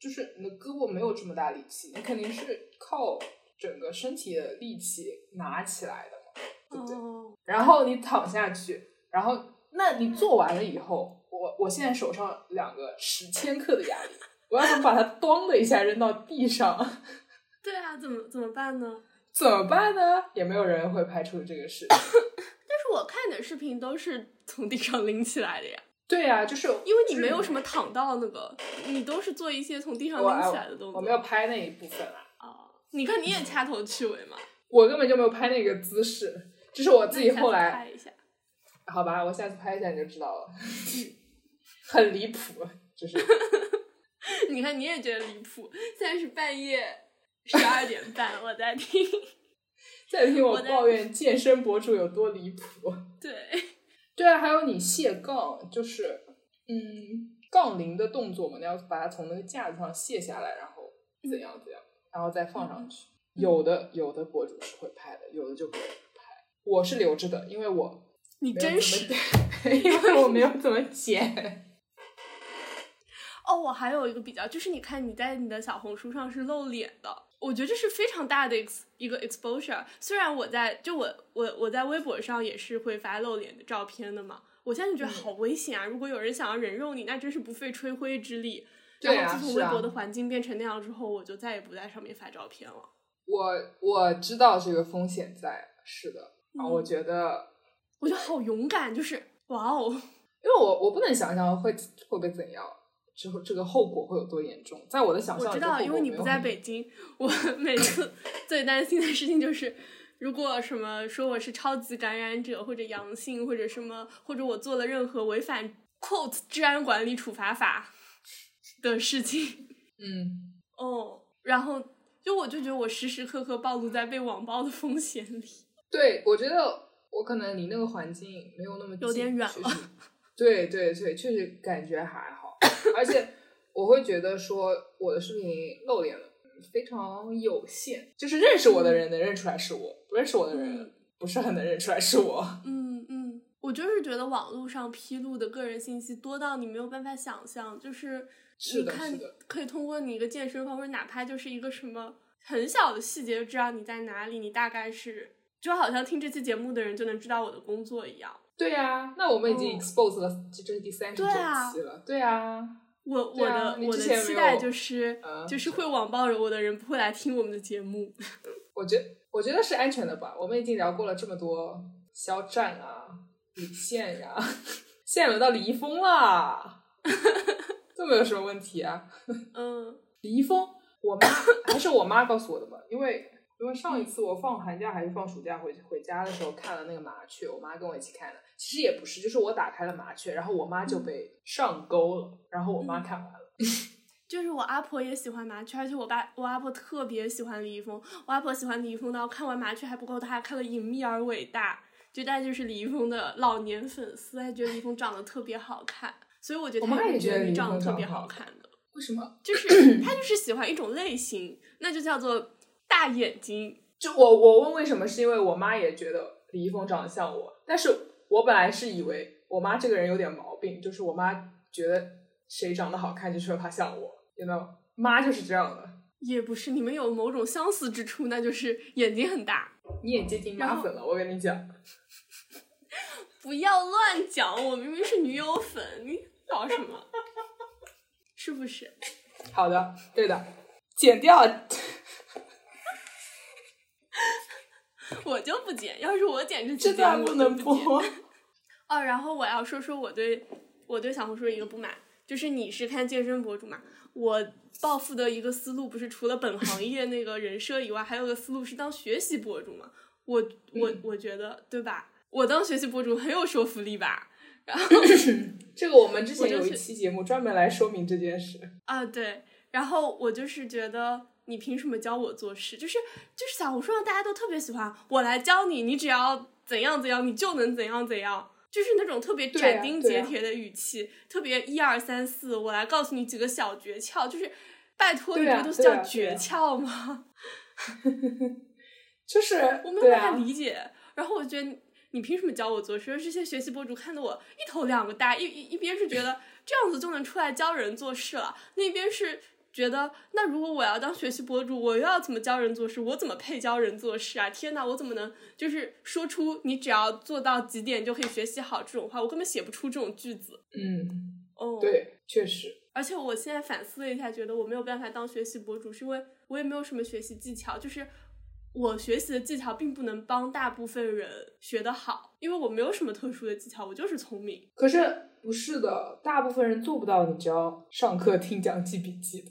就是你的胳膊没有这么大力气，你肯定是靠整个身体的力气拿起来的嘛，对不对？哦，然后你躺下去，然后那你做完了以后，我我现在手上两个十千克的哑铃，我要怎么把它咣的一下扔到地上？对啊，怎么怎么办呢？怎么办呢？也没有人会拍出这个事情。但是我看你的视频都是从地上拎起来的呀，对呀、就是因为你没有什么躺到那个，你都是做一些从地上我拎起来的动我作。没有拍那一部分啊。哦，你看你也掐头去尾嘛。我根本就没有拍那个姿势，这是我自己那你下次后来拍一下。好吧，我下次拍一下你就知道了，很离谱，就是你看你也觉得离谱，现在是半夜十二点半，我在听。在听我我在抱怨健身博主有多离谱。 *laughs* 对。对啊，还有你卸杠，就是嗯杠铃的动作嘛，你要把它从那个架子上卸下来，然后怎样怎样，然后再放嗯上去。有的有的博主是会拍的，有的就不会拍。我是留着的，因为我你没有真怎实么 *laughs* 因为我没有怎么剪。 *laughs* 哦，我还有一个比较，就是你看你在你的小红书上是露脸的，我觉得这是非常大的 ex 一个 exposure。虽然我在就我我我在微博上也是会发露脸的照片的嘛，我现在就觉得嗯好危险啊！如果有人想要人肉你，那真是不费吹灰之力。对然后啊自从是微啊博的环境变成那样之后，我就再也不在上面发照片了。我我知道这个风险在，是的，啊，嗯我觉得，我觉得好勇敢，就是哇哦，因为我我不能想象会会被怎样，之后这个后果会有多严重。在我的想象我知里，这个后道，果因为你没不有在很北京，我每 *laughs* 次最担心的事情就是。如果什么说我是超级感染者或者阳性或者什么，或者我做了任何违反 “quote” 治安管理处罚法的事情，嗯，哦，然后就我就觉得我时时刻刻暴露在被网暴的风险里。对，我觉得我可能离那个环境没有那么有点近远确了实对对对，确实感觉还好， *laughs* 而且我会觉得说我的视频露脸了非常有限，就是认识我的人能认出来是我，不认识我的人嗯不是很能认出来是我。 *laughs* 嗯嗯，我就是觉得网络上披露的个人信息多到你没有办法想象，就是是你的看是的可以通过你一个健身房或者哪怕就是一个什么很小的细节，就知道你在哪里，你大概是就好像听这期节目的人就能知道我的工作一样。对呀、那我们已经嗯 expose 了，这这是第三十九对啊期了。对呀、我、我对啊的你我之的前期没待有就是、啊就是会网暴我的人不会来听我们的节目。我觉我觉得是安全的吧。我们已经聊过了这么多肖战啊、李现呀、 *laughs* 现在轮到李易峰了，都没有什么问题啊。嗯李易峰，我妈还是我妈告诉我的吧，因为因为上一次我放寒假还是放暑假回回家的时候看了那个麻雀，我妈跟我一起看的。其实也不是，就是我打开了麻雀，然后我妈就被上钩了，然后我妈看完了。就是我阿婆也喜欢麻雀，而且我爸我阿婆特别喜欢李易峰。我阿婆喜欢李易峰到看完麻雀还不够，她还看了《隐秘而伟大》，绝代就是李易峰的老年粉丝，还觉得李易峰长得特别好看，所以我觉得我妈她也也觉得得李你易长得峰特长别得好好看的，为什么？就是 *coughs* 她就是喜欢一种类型，那就叫做大眼睛。就我我问为什么，是因为我妈也觉得李易峰长得像我，但是我本来是以为我妈这个人有点毛病，就是我妈觉得谁长得好看就是他像我，you know，妈就是这样的。也不是，你们有某种相似之处，那就是眼睛很大。你也接近然妈后粉了，我跟你讲，不要乱讲，我明明是女友粉，你搞什么？是不是？好的，对的，剪掉， *laughs* 我就不剪，要是我剪 *laughs* 这期这节目段不我能就不剪。播。哦，然后我要说说我对我对小红书的一个不满，就是你是看健身博主嘛，我报复的一个思路不是除了本行业那个人设以外，还有个思路是当学习博主嘛。我我嗯我觉得对吧？我当学习博主很有说服力吧？这个我们之我就前有一是期节目专门来说明这件事。啊，对。然后我就是觉得你凭什么教我做事？就是就是小红书上大家都特别喜欢我来教你，你只要怎样怎样，你就能怎样怎样。就是那种特别对啊斩钉对截啊铁的语气，特别一二三四，我来告诉你几个小诀窍。就是拜托，对你这啊个东西对啊叫对诀啊窍吗？就是我没有对办法啊，理解。然后我觉得你你凭什么教我做事？这些学习博主看得我一头两个大，一一一边是觉 *laughs* 得这样子就能出来教人做事了，那边是觉得那如果我要当学习博主，我又要怎么教人做事？我怎么配教人做事啊？天哪，我怎么能就是说出你只要做到几点就可以学习好这种话？我根本写不出这种句子。嗯，哦，。对，确实，而且我现在反思了一下，觉得我没有办法当学习博主，是因为我也没有什么学习技巧，就是我学习的技巧并不能帮大部分人学得好，因为我没有什么特殊的技巧，我就是聪明。可是不是的，大部分人做不到，你只要上课听讲记笔记的。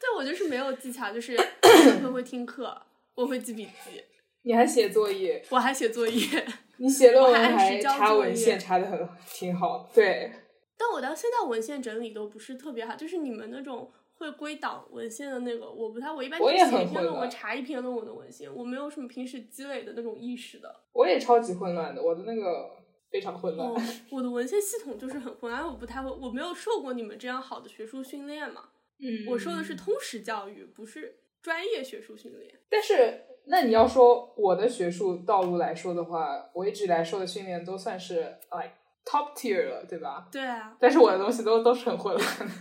对我就是没有技巧，就是 *coughs* 会会听课，我会记笔记，你还写作业，我还写作业。 *laughs* 你写论我还文按时还交查作文业献查的很 *laughs* 挺好，对，但我到现在文献整理都不是特别好，就是你们那种会归档文献的那个，我不太，我一般就我是也写很一篇混论文乱查一篇论文的文献，我没有什么平时积累的那种意识的。我也超级混乱的，我的那个非常混乱。哦，我的文献系统就是很混哎乱，我不太会，我没有受过你们这样好的学术训练嘛。嗯我说的是，通识教育，不是专业学术训练。嗯但是那你要说我的学术道路来说的话，我一直来受的训练都算是 like top tier 了，对吧？对啊，但是我的东西都都是很混乱的。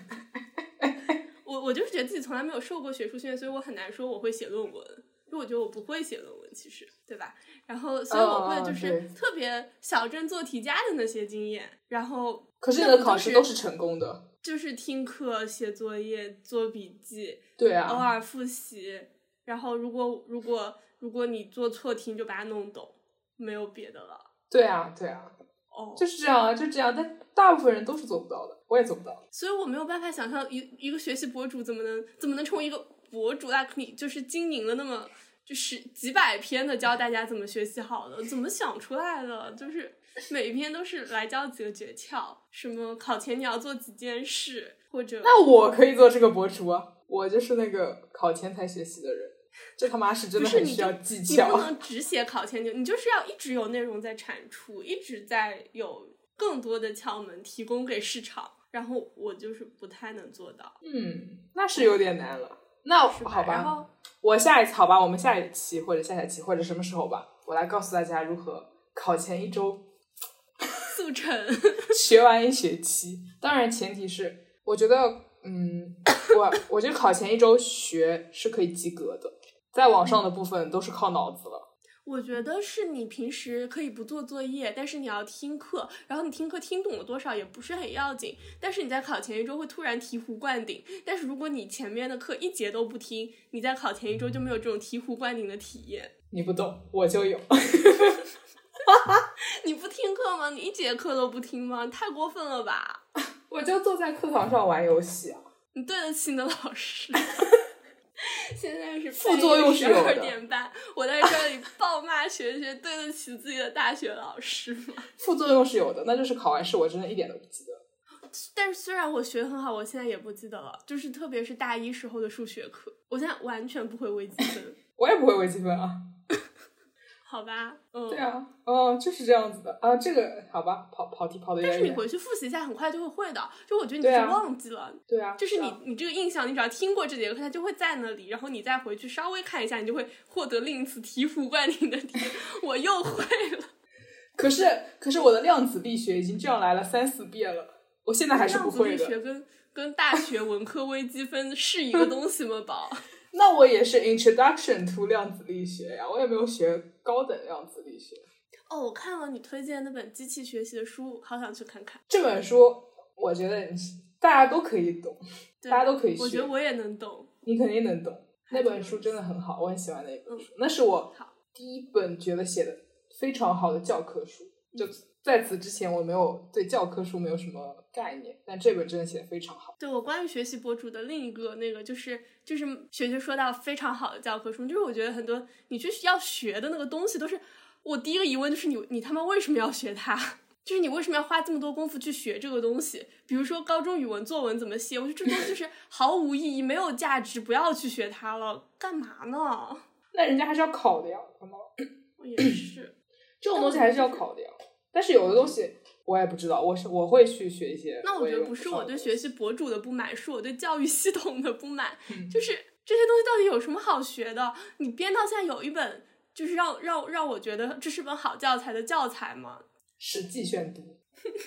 *laughs* 我我就是觉得自己从来没有受过学术训练，所以我很难说我会写论文。因为我觉得我不会写论文，其实对吧？然后，所以我哦会哦就对是特别小镇做题家的那些经验，然后可是你那的不考就试是都是成功的，就是听课、写作业、做笔记，对偶啊，尔复习，然后如果如果如果你做错题，你就把它弄懂，没有别的了。对啊，对啊，哦，就是这样啊，就这样。但大部分人都是做不到的，我也做不到。所以我没有办法想象一一个学习博主怎么能怎么能成为一个博主啊？你就是经营了那么就是几百篇的教大家怎么学习好的，怎么想出来的？就是每一篇都是来教几个诀窍，什么考前你要做几件事，或者那我可以做这个博主啊，我就是那个考前才学习的人，这他妈是真不的是很你需就要技你不巧。能只写考前就，你就是要一直有内容在产出，一直在有更多的窍门提供给市场。然后我就是不太能做到，嗯，那是有点难了。那是吧？好然吧，后我下一次好吧，我们下一期或者下下期或者什么时候吧，我来告诉大家如何考前一周速成， *laughs* 学完一学期，当然前提是，我觉得，嗯，我我觉得考前一周学是可以及格的，在网上的部分都是靠脑子了。我觉得是你平时可以不做作业，但是你要听课，然后你听课听懂了多少也不是很要紧，但是你在考前一周会突然醍醐灌顶，但是如果你前面的课一节都不听，你在考前一周就没有这种醍醐灌顶的体验。你不懂，我就有。 *laughs* 你不听课吗？你一节课都不听吗？太过分了吧！我就坐在课堂上玩游戏啊。你对得起你的老师吗？ *laughs* 现在是副作用是有的二点半，我在这里暴骂学学，对得起自己的大学老师吗？ *laughs* 副作用是有的，那就是考完试我真的一点都不记得。但是虽然我学得很好，我现在也不记得了，就是特别是大一时候的数学课，我现在完全不会微积分， *laughs* 我也不会微积分啊。好吧？嗯，对啊，哦，就是这样子的啊。这个好吧，跑跑题跑的有但点是你远。回去复习一下，很快就会会的。就我觉得你对是啊忘记了，对啊，就是你啊，你这个印象，你只要听过这节课，它就会在那里，然后你再回去稍微看一下，你就会获得另一次醍醐灌顶的体验。我又会了， *laughs* 可是可是我的量子力学已经这样来了三四遍了，我现在还是量不子会力的。学跟跟大学文科微积分是一个东西吗？宝， *laughs* 那我也是 Introduction to 量子力学呀，我也没有学高等量子力学。哦，我看了你推荐那本《机器学习》的书，好想去看看。这本书我觉得你大家都可以懂，对大家都可以我觉学得，我也能懂。你肯定能懂。那本还书真的很好，我很喜欢那一本嗯书，那是我好第一本觉得写的非常好的教科书。嗯就在此之前，我没有对教科书没有什么概念，但这本真的写的非常好。对我关于学习博主的另一个那个就是就是学学说到非常好的教科书，就是我觉得很多你去要学的那个东西都是我第一个疑问就是你你他妈为什么要学它？ *laughs* 就是你为什么要花这么多功夫去学这个东西？比如说高中语文作文怎么写，我觉得这东西就是毫无意义、没有价值，不要去学它了，干嘛呢？ *coughs* 那人家还是要考的呀，好吗？我也是，这种东西还是要考的呀。但是有的东西我也不知道，我是我会去学一些。那我觉得不是我对学习博主的不满，是我对教育系统的不满。 *laughs* 就是这些东西到底有什么好学的？你编到现在有一本，就是让让让我觉得这是本好教材的教材吗？实际选读。 *laughs*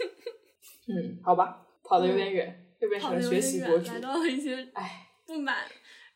嗯，好吧，跑的有点远，又变嗯成跑了得有学点习博远，主。来到了一些哎，不满。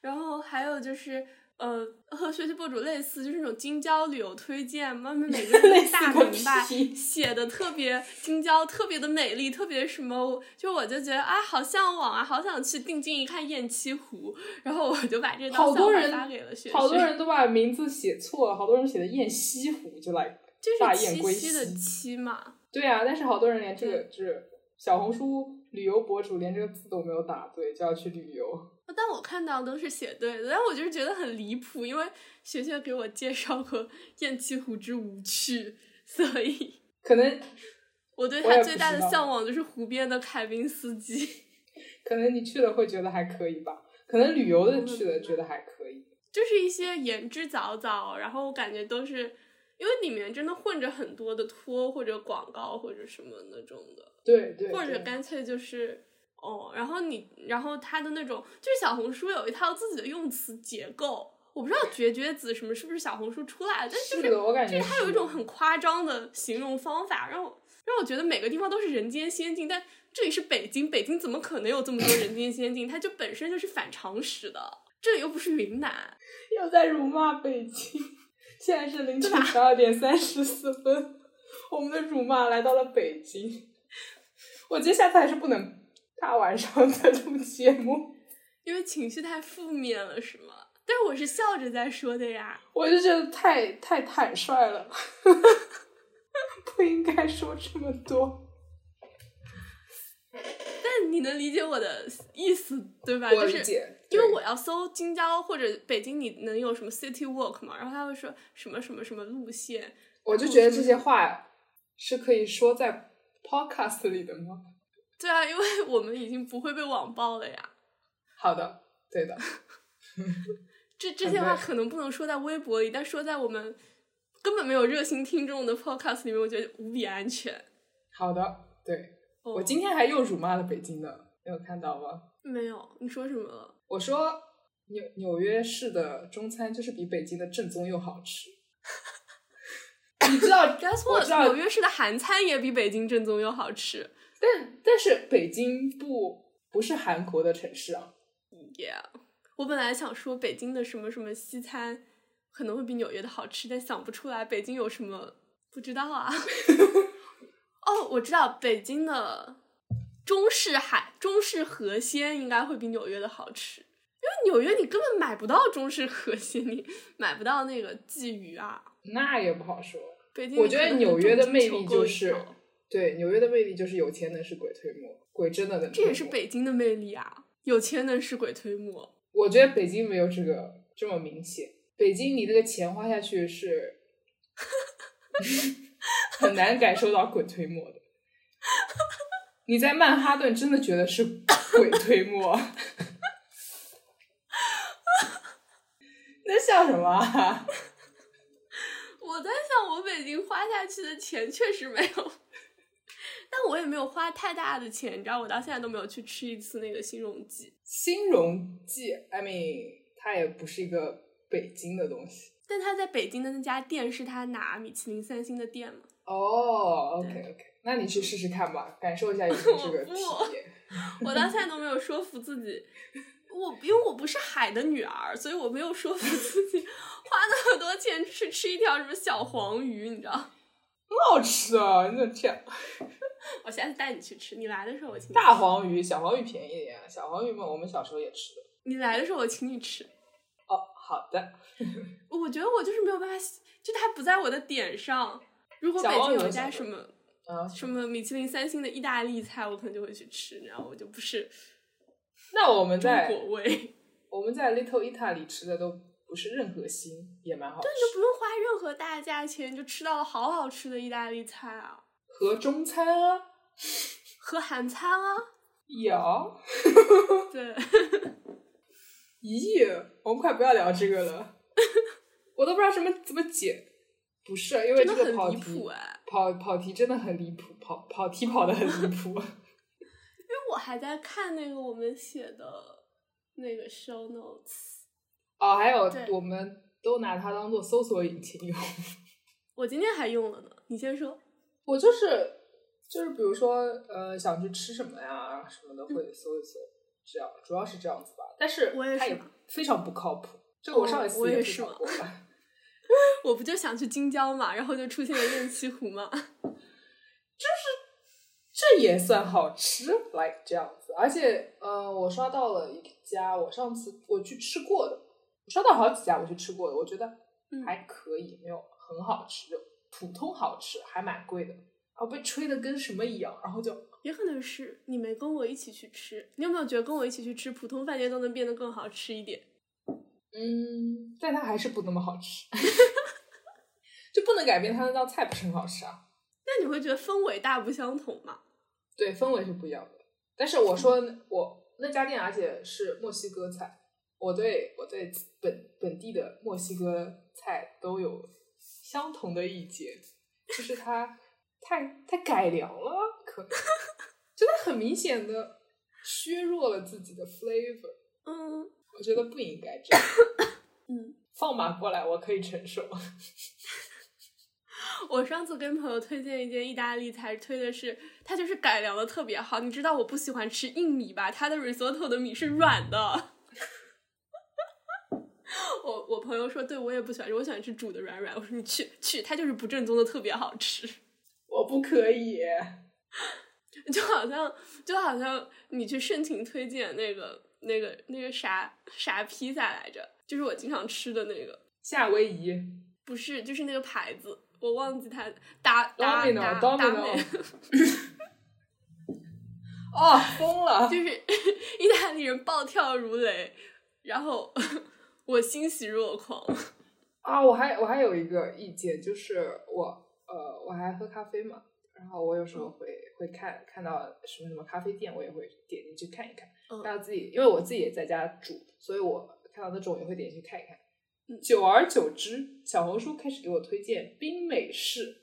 然后还有就是，呃，和学习博主类似，就是那种京郊旅游推荐，妈妈每个类人似都大个明白屁，写的特别京郊，特别的美丽，特别什么，就我就觉得啊，好向往啊，好想去定睛一看雁栖湖。然后我就把这好道多想人法发给了学，好多学人都把名字写错了，好多人写的雁西湖就来。就大是雁七归夕的西七嘛，对啊，但是好多人连这个就是小红书旅游博主连这个字都没有打对，就要去旅游。但我看到都是写对的，但我就是觉得很离谱，因为学学给我介绍过雁栖湖之无趣，所以。可能我对我也他不最大知的道向往就是湖边的凯宾斯基，可能你去了会觉得还可以吧，可能旅游的嗯去了觉得还可以。就是一些言之凿凿，然后我感觉都是因为里面真的混着很多的托或者广告或者什么那种的，对对，或者对干脆就是哦，然后你然后他的那种就是小红书有一套自己的用词结构，我不知道绝绝子什么是不是小红书出来的，但就是的，我感觉就是它有一是种很夸张的形容方法，让我让我觉得每个地方都是人间仙境，但这里是北京，北京怎么可能有这么多人间仙境？它就本身就是反常识的，这里又不是云南，又在辱骂北京。现在是凌晨十二点三十四分，我们的辱骂来到了北京。我觉得下次还是不能大晚上再录节目。因为情绪太负面了，是吗？但是我是笑着在说的呀。我就觉得太太坦率了，不应该说这么多。但你能理解我的意思对吧？我就理是解，因为对我要搜京郊或者北京，你能有什么 city walk 嘛？然后他会说什么什么什么路线，我就觉得这些话是可以说在 podcast 里的吗？对啊，因为我们已经不会被网暴了呀。好的，对的，这这些话对可能不能说在微博里，但说在我们根本没有热心听众的 podcast 里面，我觉得无比安全。好的，对哦我今天还又辱骂了北京的，你有看到吗？没有，你说什么了？我说纽纽约市的中餐就是比北京的正宗又好吃。 *laughs* 你知道 Guess 我 what？知道纽约市的韩餐也比北京正宗又好吃。但但是北京不不是韩国的城市啊， Yeah，我本来想说北京的什么什么西餐可能会比纽约的好吃，但想不出来北京有什么，不知道啊。 *laughs* 哦，我知道北京的中式海中式河鲜应该会比纽约的好吃，因为纽约你根本买不到中式河鲜，你买不到那个鲫鱼啊。那也不好说。北京我你觉可得能纽会约重的金魅求力购就一是条对纽约的魅力就是有钱能使鬼推磨，鬼真的能这推也是磨北京的魅力啊！有钱能使鬼推磨。我觉得北京没有这个这么明显，北京你那个钱花下 *laughs* 去是很难感受到鬼推磨的。你在曼哈顿真的觉得是鬼推磨？那笑什么啊？ *laughs* 我在想，我北京花下去的钱确实没有， *laughs* 但我也没有花太大的钱，你知道，我到现在都没有去吃一次那个新荣记。新荣记，I mean，它也不是一个北京的东西。但他在北京的那家店是他拿米其林三星的店嘛？哦、o 对 k OK，那你去试试看吧，感受一下有没有这个 *laughs* 我不体验。我到现在都没有说服自己，我因为我不是海的女儿，所以我没有说服自己花那么多钱去吃一条什么小黄鱼，你知道？很 *laughs* 好吃啊！你怎么这样？我下次带你去吃，你来的时候我请你大吃黄鱼、小黄鱼便宜一点，啊小黄鱼嘛，我们小时候也吃的。你来的时候我请你吃。哦，好的。我觉得我就是没有办法，就它不在我的点上。如果北小京黄鱼有一我家想什过么啊，什么米其林三星的意大利菜，我可能就会去吃，然后我就不是那我们中在国 *laughs* 味，我们在 Little Italy 吃的都不是任何心，也蛮好吃。就不用花任何大价钱就吃到了好好吃的意大利菜啊，和中餐啊，和韩餐啊，有对，咦，我们快不要聊这个了，我都不知道什么怎么解。不是，啊因 *laughs* 为真这的个跑很离题谱哎。跑跑题真的很离谱，跑跑题跑的很离谱。 *laughs* 因为我还在看那个我们写的那个 show notes，哦，还有对我们都拿它当做搜索引擎用。 *laughs* 我今天还用了呢。你先说， *laughs* 我就是就是，比如说呃，想去吃什么呀什么的，会搜一搜，这样主要是这样子吧。但是我也它是也非常不靠谱，这个我哦上一我次也吐是槽嘛过了。 *laughs* 我不就想去京郊嘛，然后就出现了雁栖湖嘛。这也算好吃，like 这样子。而且呃，我刷到了一家，我上次我去吃过的，我刷到好几家我去吃过的，我觉得嗯还可以，没有很好吃，就普通好吃，还蛮贵的。然后被吹的跟什么一样，然后就也可能是你没跟我一起去吃。你有没有觉得跟我一起去吃普通饭店都能变得更好吃一点？嗯，但它还是不那么好吃， *laughs* 就不能改变它那道菜不是很好吃啊。那你会觉得氛围大不相同嘛？对，氛围是不一样的。但是我说我那家店，而且是墨西哥菜，我对我对本本地的墨西哥菜都有相同的意见，就是它太太改良了，可能真的很明显的削弱了自己的 flavor，嗯我觉得不应该这样。嗯，放马过来，我可以承受。我上次跟朋友推荐一间意大利菜，推的是它就是改良的特别好。你知道我不喜欢吃硬米吧？它的 risotto 的米是软的。 *laughs* 我我朋友说，对我也不喜欢吃，我喜欢吃煮的软软。我说你去去，它就是不正宗的，特别好吃。我不可以。就好像就好像你去盛情推荐那个那个那个啥啥披萨来着，就是我经常吃的那个，夏威夷不是，就是那个牌子，我忘记它达达达达美， Domino，Domino，哦，疯了！就是 *laughs* 意大利人暴跳如雷，然后 *laughs* 我欣喜若狂。 *laughs* 啊，我还我还有一个意见，就是我呃我还喝咖啡嘛，然后我有时候会会看看到什么什么咖啡店，我也会点进去看一看。嗯但自己因为我自己也在家煮，所以我看到那种也会点进去看一看。嗯久而久之，小红书开始给我推荐冰美式，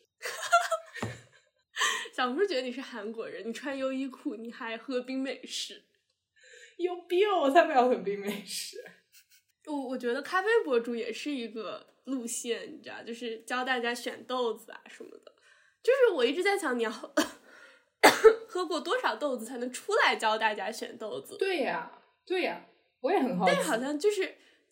小红书觉得你是韩国人，你穿优衣库，你还喝冰美式。有病！我才不要喝冰美式。我我觉得咖啡博主也是一个路线，你知道，就是教大家选豆子啊什么的。就是我一直在想，你要 *coughs* 喝喝过多少豆子才能出来教大家选豆子？对呀、对呀、我也很好奇。但是好像就是，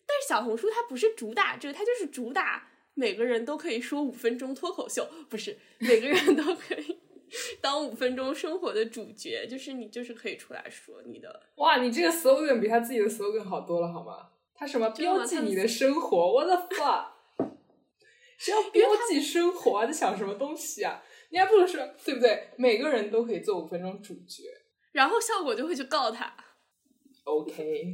但是小红书它不是主打这个，它就是主打每个人都可以说五分钟脱口秀，不是每个人都可以 *laughs* 当五分钟生活的主角，就是你就是可以出来说你的，哇，你这个 slogan 比他自己的 slogan 好多了，好吗？他什么真的吗标记他的你的生活？What the *laughs* fuck？谁要标记生活啊？在想什么东西啊？你还不如说，对不对？每个人都可以做五分钟主角。然后效果就会去告他。 OK，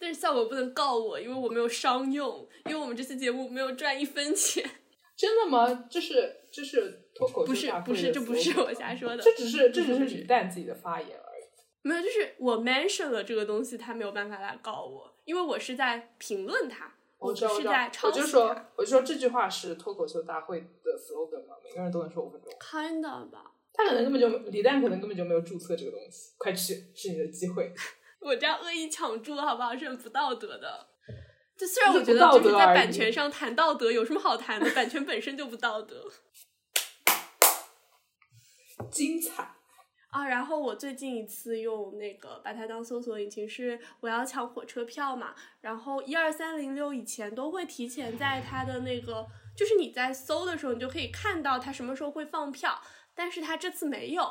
但是效果不能告我，因为我没有商用，因为我们这期节目没有赚一分钱。真的吗？这是这是脱口秀不是大会不是，的这不是 slogan 我瞎 *laughs* 说的，这只是这不是只是不是李诞自己的发言而已。没有，就是我 mention 了这个东西，他没有办法来告我，因为我是在评论他，我知只道，我是知道在，抄我袭就说，我就说这句话是脱口秀大会的 slogan 嘛，每个人都能说五分钟。 kind of 吧。他可能根本就李诞可能根本就没有注册这个东西，快去，是你的机会。我这样恶意抢注好不好？是很不道德的。就虽然我觉不道得德就是在而已版权上谈道德有什么好谈的，版权本身就不道德。精彩。啊，然后我最近一次用那个把它当搜索引擎是我要抢火车票嘛，然后一二三零六以前都会提前在它的那个，就是你在搜的时候，你就可以看到它什么时候会放票，但是它这次没有，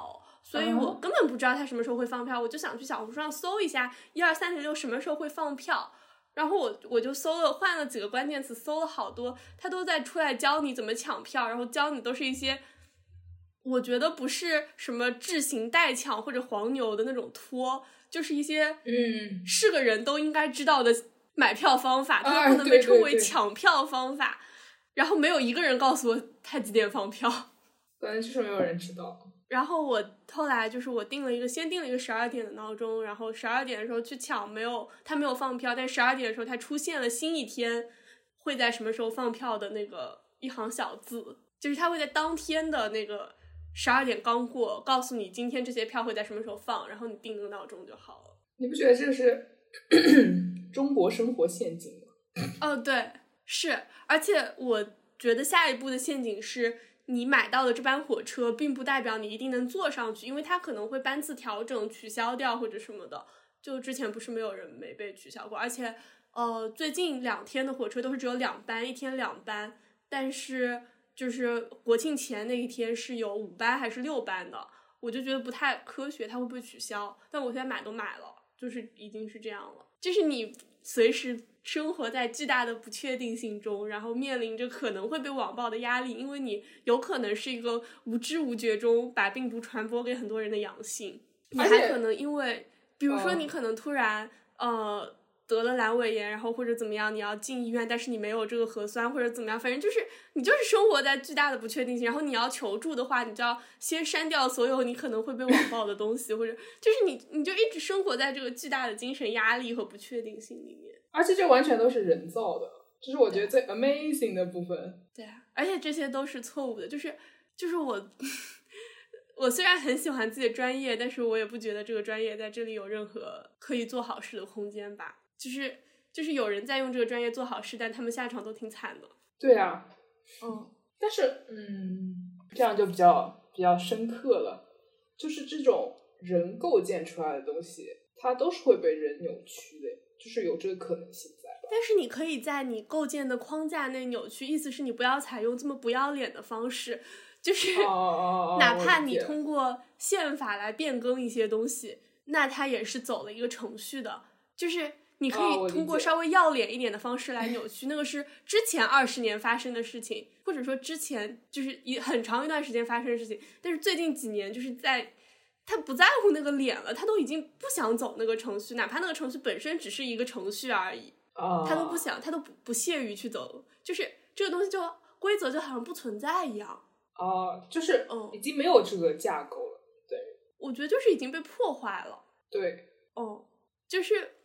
所以我嗯根本不知道它什么时候会放票，我就想去小红书上搜一下一二三零六什么时候会放票。然后我我就搜了，换了几个关键词，搜了好多，它都在出来教你怎么抢票，然后教你都是一些我觉得不是什么智行代抢或者黄牛的那种托，就是一些嗯，是个人都应该知道的买票方法，它啊都不能被对称对为对抢票方法。然后没有一个人告诉我他几点放票。可能就是没有人知道。然后我后来就是我定了一个，先定了一个十二点的闹钟，然后十二点的时候去抢，没有他没有放票，但十二点的时候他出现了新一天会在什么时候放票的那个一行小字，就是他会在当天的那个十二点刚过告诉你今天这些票会在什么时候放，然后你定个闹钟就好了。你不觉得这是 *clears throat* 中国生活陷阱吗？哦，对，是，而且我觉得下一步的陷阱是，你买到的这班火车并不代表你一定能坐上去，因为它可能会班次调整、取消掉或者什么的。就之前不是没有人没被取消过，而且呃，最近两天的火车都是只有两班，一天两班，但是就是国庆前那一天是有五班还是六班的，我就觉得不太科学，它会不会取消？但我现在买都买了，就是已经是这样了，就是你随时生活在巨大的不确定性中，然后面临着可能会被网暴的压力，因为你有可能是一个无知无觉中把病毒传播给很多人的阳性，你而还且可能因为，比如说哦你可能突然、呃。得了阑尾炎，然后或者怎么样，你要进医院，但是你没有这个核酸或者怎么样，反正就是你就是生活在巨大的不确定性。然后你要求助的话，你就要先删掉所有你可能会被网暴的东西，或者就是你你就一直生活在这个巨大的精神压力和不确定性里面。而且这完全都是人造的，这是我觉得最 amazing 的部分。对啊，而且这些都是错误的，就是就是我 *laughs* 我虽然很喜欢自己的专业，但是我也不觉得这个专业在这里有任何可以做好事的空间吧。就是就是有人在用这个专业做好事，但他们下场都挺惨的。对啊，嗯，但是嗯，这样就比较比较深刻了。就是这种人构建出来的东西，它都是会被人扭曲的，就是有这个可能性在。但是你可以在你构建的框架内扭曲，意思是你不要采用这么不要脸的方式，就是哦哦哦！哪我怕理你解通过宪法来变更一些东西，那它也是走了一个程序的。就是你可哦我以理通过解稍微要脸一点的方式来扭曲，那个是之前二十年发生的事情，或者说之前就是一很长一段时间发生的事情，但是最近几年就是在。他不在乎那个脸了，他都已经不想走那个程序，哪怕那个程序本身只是一个程序而已，啊，他都不想，他都不不屑于去走，就是这个东西就规则就好像不存在一样。啊，就是嗯已经没有这个架构了。我觉得就是已经被破坏了。对，哦，就是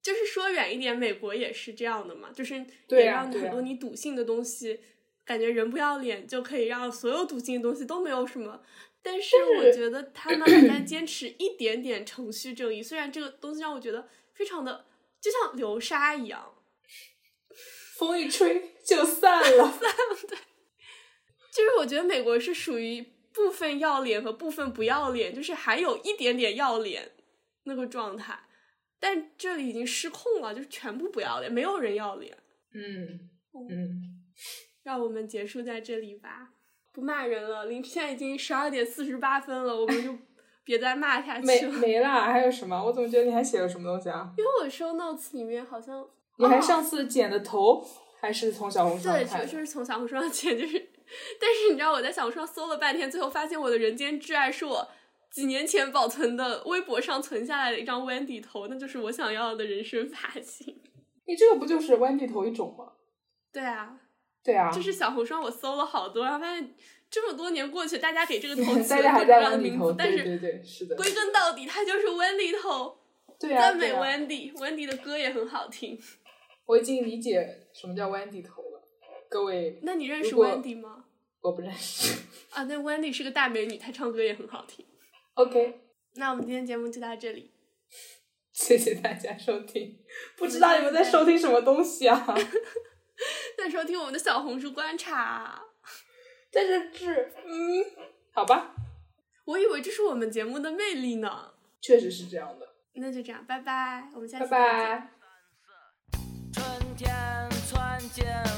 就是说远一点，美国也是这样的嘛，就是对也呀让对很呀多你笃信的东西，感觉人不要脸就可以让所有笃信的东西都没有什么。但是我是觉得他们还在坚持一点点程序正义，虽然这个东西让我觉得非常的就像流沙一样，风一吹就散了。 *laughs* 就是我觉得美国是属于部分要脸和部分不要脸，就是还有一点点要脸那个状态，但这里已经失控了，就是全部不要脸，没有人要脸。嗯哦嗯，让我们结束在这里吧，不骂人了。凌现在已经十二点四十八分了，我们就别再骂下没去了。没啦，还有什么？我怎么觉得你还写了什么东西啊？因为我 show notes 里面好像你还哦上次剪的头还是从小红书上对，看就就的？是从小红书上剪，就是，但是你知道我在小红书上搜了半天，最后发现我的人间挚爱是我几年前保存的微博上存下来的一张 Wendy 头，那就是我想要的人生发型。你这个不就是弯地头一种吗？对啊，对啊，就是小红书上我搜了好多，然后发现这么多年过去，大家给这 *laughs* 个头起大了各家还种在各样的弯地名头，字，但对是对对，是的，归根到底，它就是 Wendy 头。对啊，赞美对啊 Wendy，Wendy、的歌也很好听。我已经理解什么叫弯地头了。各位，那你认识如果 Wendy 吗？我不认识。啊，那 Wendy 是个大美女，她唱歌也很好听。 OK，那我们今天节目就到这里，谢谢大家收听。不知道你们在收听什么东西啊？再收听我们的小红书观察。但是是，嗯，好吧，我以为这是我们节目的魅力呢。确实是这样的。那就这样，拜拜，我们下拜期再见。拜。春天穿件